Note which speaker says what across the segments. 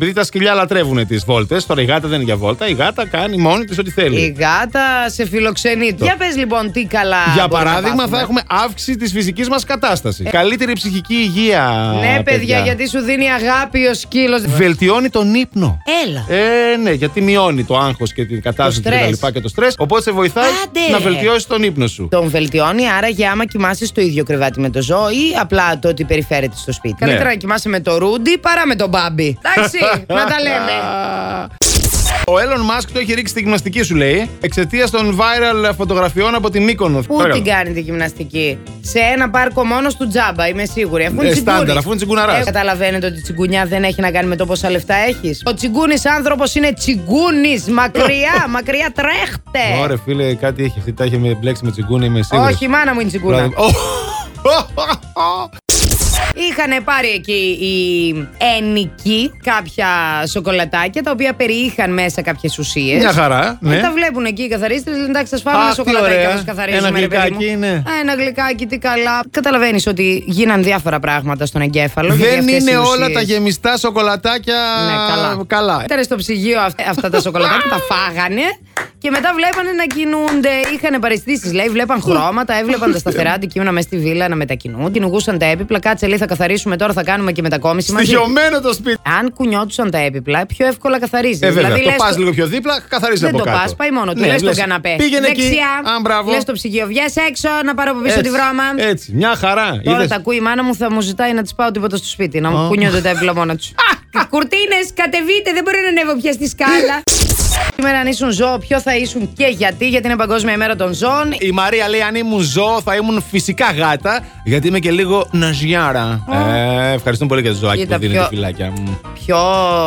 Speaker 1: Επειδή τα σκυλιά λατρεύουν τις βόλτες, τώρα η γάτα δεν είναι για βόλτα, η γάτα κάνει μόνη της ό,τι θέλει.
Speaker 2: Η γάτα σε φιλοξενεί. Για πες λοιπόν τι καλά.
Speaker 1: Για
Speaker 2: μπορούμε να
Speaker 1: παράδειγμα, θα
Speaker 2: πάθουμε.
Speaker 1: έχουμε αύξηση της φυσικής μας κατάστασης. Καλύτερη ψυχική υγεία.
Speaker 2: Ναι, παιδιά, γιατί σου δίνει αγάπη ο σκύλος.
Speaker 1: Βελτιώνει τον ύπνο.
Speaker 2: Έλα.
Speaker 1: Ε, ναι, γιατί μειώνει το άγχος και την κατάσταση
Speaker 2: Το
Speaker 1: και τα
Speaker 2: στρες.
Speaker 1: λοιπά και το στρε. Οπότε σε βοηθάει
Speaker 2: Άντε.
Speaker 1: να βελτιώσεις τον ύπνο σου.
Speaker 2: Τον βελτιώνει, άρα για άμα κοιμάσαι στο ίδιο κρεβάτι με το ζώο ή απλά το ότι περιφέρεται στο σπίτι.
Speaker 1: Ναι.
Speaker 2: Καλύτερα να κοιμάσαι με το ρούντι παρά με τον μπάμπι. Εντάξει, να τα λέμε.
Speaker 1: Ο Elon Musk το έχει ρίξει στη γυμναστική σου, λέει, εξαιτίας των viral φωτογραφιών από την Μύκονο.
Speaker 2: Πού την κάνει τη γυμναστική. Σε ένα πάρκο μόνος του τζάμπα, είμαι σίγουρη. Αφού είναι
Speaker 1: Ε,
Speaker 2: τσιγκούνης.
Speaker 1: στάνταρ, αφού είναι τσιγκουναράς.
Speaker 2: Ε, καταλαβαίνετε ότι η τσιγκουνιά δεν έχει να κάνει με το πόσα λεφτά έχεις. Ο τσιγκούνης άνθρωπος είναι τσιγκούνης. Μακριά, μακριά τρέχτε.
Speaker 1: Ωραία, φίλε, κάτι έχει. Αυτή τα έχει με μπλέξει με τσιγκούνι, είμαι σίγουρος.
Speaker 2: Όχι, η μάνα μου είναι τσιγκούνα.
Speaker 1: Δηλαδή, Ω,
Speaker 2: Είχαν πάρει εκεί οι ενικοί κάποια σοκολατάκια τα οποία περιείχαν μέσα κάποιες ουσίες.
Speaker 1: Μια χαρά.
Speaker 2: Δεν
Speaker 1: Ναι.
Speaker 2: Ε, τα βλέπουν εκεί οι καθαρίστρε. Λένε εντάξει, σα φάμε
Speaker 1: Αχ,
Speaker 2: ένα
Speaker 1: τι
Speaker 2: σοκολατάκι
Speaker 1: ωραία.
Speaker 2: όπω καθαρίζουμε.
Speaker 1: Ένα
Speaker 2: ρε παιδί
Speaker 1: γλυκάκι,
Speaker 2: μου.
Speaker 1: ναι.
Speaker 2: Α, ένα γλυκάκι, τι καλά. Καταλαβαίνεις ότι γίναν διάφορα πράγματα στον εγκέφαλο. γιατί
Speaker 1: Δεν
Speaker 2: αυτές οι
Speaker 1: είναι όλα
Speaker 2: ουσίες-
Speaker 1: τα γεμιστά σοκολατάκια
Speaker 2: Ναι, καλά.
Speaker 1: καλά.
Speaker 2: Ήταν στο ψυγείο αυ- αυτά τα σοκολατάκια, τα φάγανε. Και μετά βλέπανε να κινούνται. Είχαν παρεστήσεις, λέει, βλέπαν χρώματα, έβλεπαν τα σταθερά αντικείμενα μέσα στη βίλα να μετακινούν. Κυνηγούσαν τα έπιπλα. Κάτσε, λέει, θα καθαρίσουμε τώρα, θα κάνουμε και μετακόμιση μαζί.
Speaker 1: Στοιχειωμένο το σπίτι.
Speaker 2: Αν κουνιόντουσαν τα έπιπλα, πιο εύκολα καθαρίζει.
Speaker 1: Ε, βέβαια. το
Speaker 2: Δηλαδή λες
Speaker 1: πας
Speaker 2: το-
Speaker 1: λίγο πιο δίπλα, καθαρίζεις
Speaker 2: δεν
Speaker 1: από
Speaker 2: το
Speaker 1: κάτω.
Speaker 2: πας, πάει μόνο του.
Speaker 1: Ναι,
Speaker 2: λες τον
Speaker 1: λες,
Speaker 2: καναπέ.
Speaker 1: Πήγαινε εκεί.
Speaker 2: Δεξιά.
Speaker 1: Αν μπράβο.
Speaker 2: Λες το ψυγείο, βγες έξω να πάρω από πίσω
Speaker 1: Έτσι,
Speaker 2: τη βρώμα.
Speaker 1: Έτσι, μια χαρά.
Speaker 2: Τώρα
Speaker 1: Είδες.
Speaker 2: τα ακούει η μάνα μου, θα μου ζητάει να της πάω τίποτα στο σπίτι, να μου κουνιούνται τα έπιπλα μόνα τους. Κουρτίνες, κατεβείτε, δεν μπορώ να ανέβω πια στη σκάλα. Σήμερα αν ήσουν ζώο, ποιο θα ήσουν και γιατί, γιατί είναι Παγκόσμια ημέρα των ζώων.
Speaker 1: Η Μαρία λέει: Αν ήμουν ζώο, θα ήμουν φυσικά γάτα, γιατί είμαι και λίγο ναζιάρα. Ε, ευχαριστούμε πολύ για το ζωάκι
Speaker 2: Κοίτα,
Speaker 1: που δίνετε,
Speaker 2: πιο-
Speaker 1: φυλάκια μου.
Speaker 2: Ποιο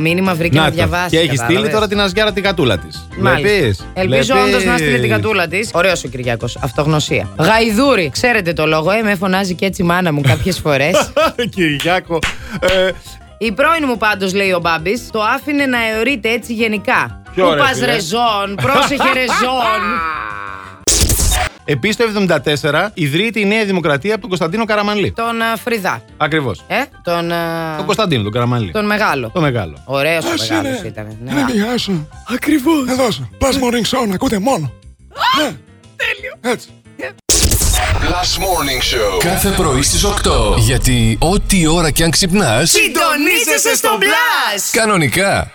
Speaker 2: μήνυμα βρήκε να,
Speaker 1: Να το.
Speaker 2: διαβάσει.
Speaker 1: Και έχει στείλει
Speaker 2: κατάλαβες.
Speaker 1: τώρα την ναζιάρα την κατούλα της.
Speaker 2: Μάλιστα. Ελπίζω όντως να στείλει την κατούλα της. Ωραίος ο Κυριακό. Αυτογνωσία. Γαϊδούρη. Ξέρετε το λόγο, ε, με φωνάζει και έτσι η μάνα μου κάποιες φορές.
Speaker 1: Κυριάκο. ε,
Speaker 2: η πρώην μου πάντως, λέει ο Μπάμπης, το άφηνε να αιωρείται έτσι γενικά.
Speaker 1: Ποιο,
Speaker 2: Πού
Speaker 1: ρε,
Speaker 2: πας
Speaker 1: φίλε?
Speaker 2: ρεζόν, πρόσεχε ρεζόν.
Speaker 1: Επίσης το 1974 ιδρύεται η Νέα Δημοκρατία από τον Κωνσταντίνο Καραμανλή.
Speaker 2: Τον α, Φρυδά.
Speaker 1: Ακριβώς.
Speaker 2: Ε, τον, α,
Speaker 1: Τον Κωνσταντίνο, τον Καραμανλή.
Speaker 2: τον μεγάλο.
Speaker 1: Το μεγάλο.
Speaker 2: Ωραίος ο
Speaker 3: Ας
Speaker 2: μεγάλο
Speaker 3: είναι.
Speaker 2: ήταν. ναι.
Speaker 3: Είναι δικιά σου. Ακριβώ. Εδώ σου. Plus morning show, να ακούτε μόνο. Ναι. Έτσι.
Speaker 4: Last Morning Show.
Speaker 5: Κάθε πρωί στις 8. Γιατί ό,τι ώρα κι αν ξυπνάς,
Speaker 2: Συντονίζεσαι στο μπλα!
Speaker 5: κανονικά.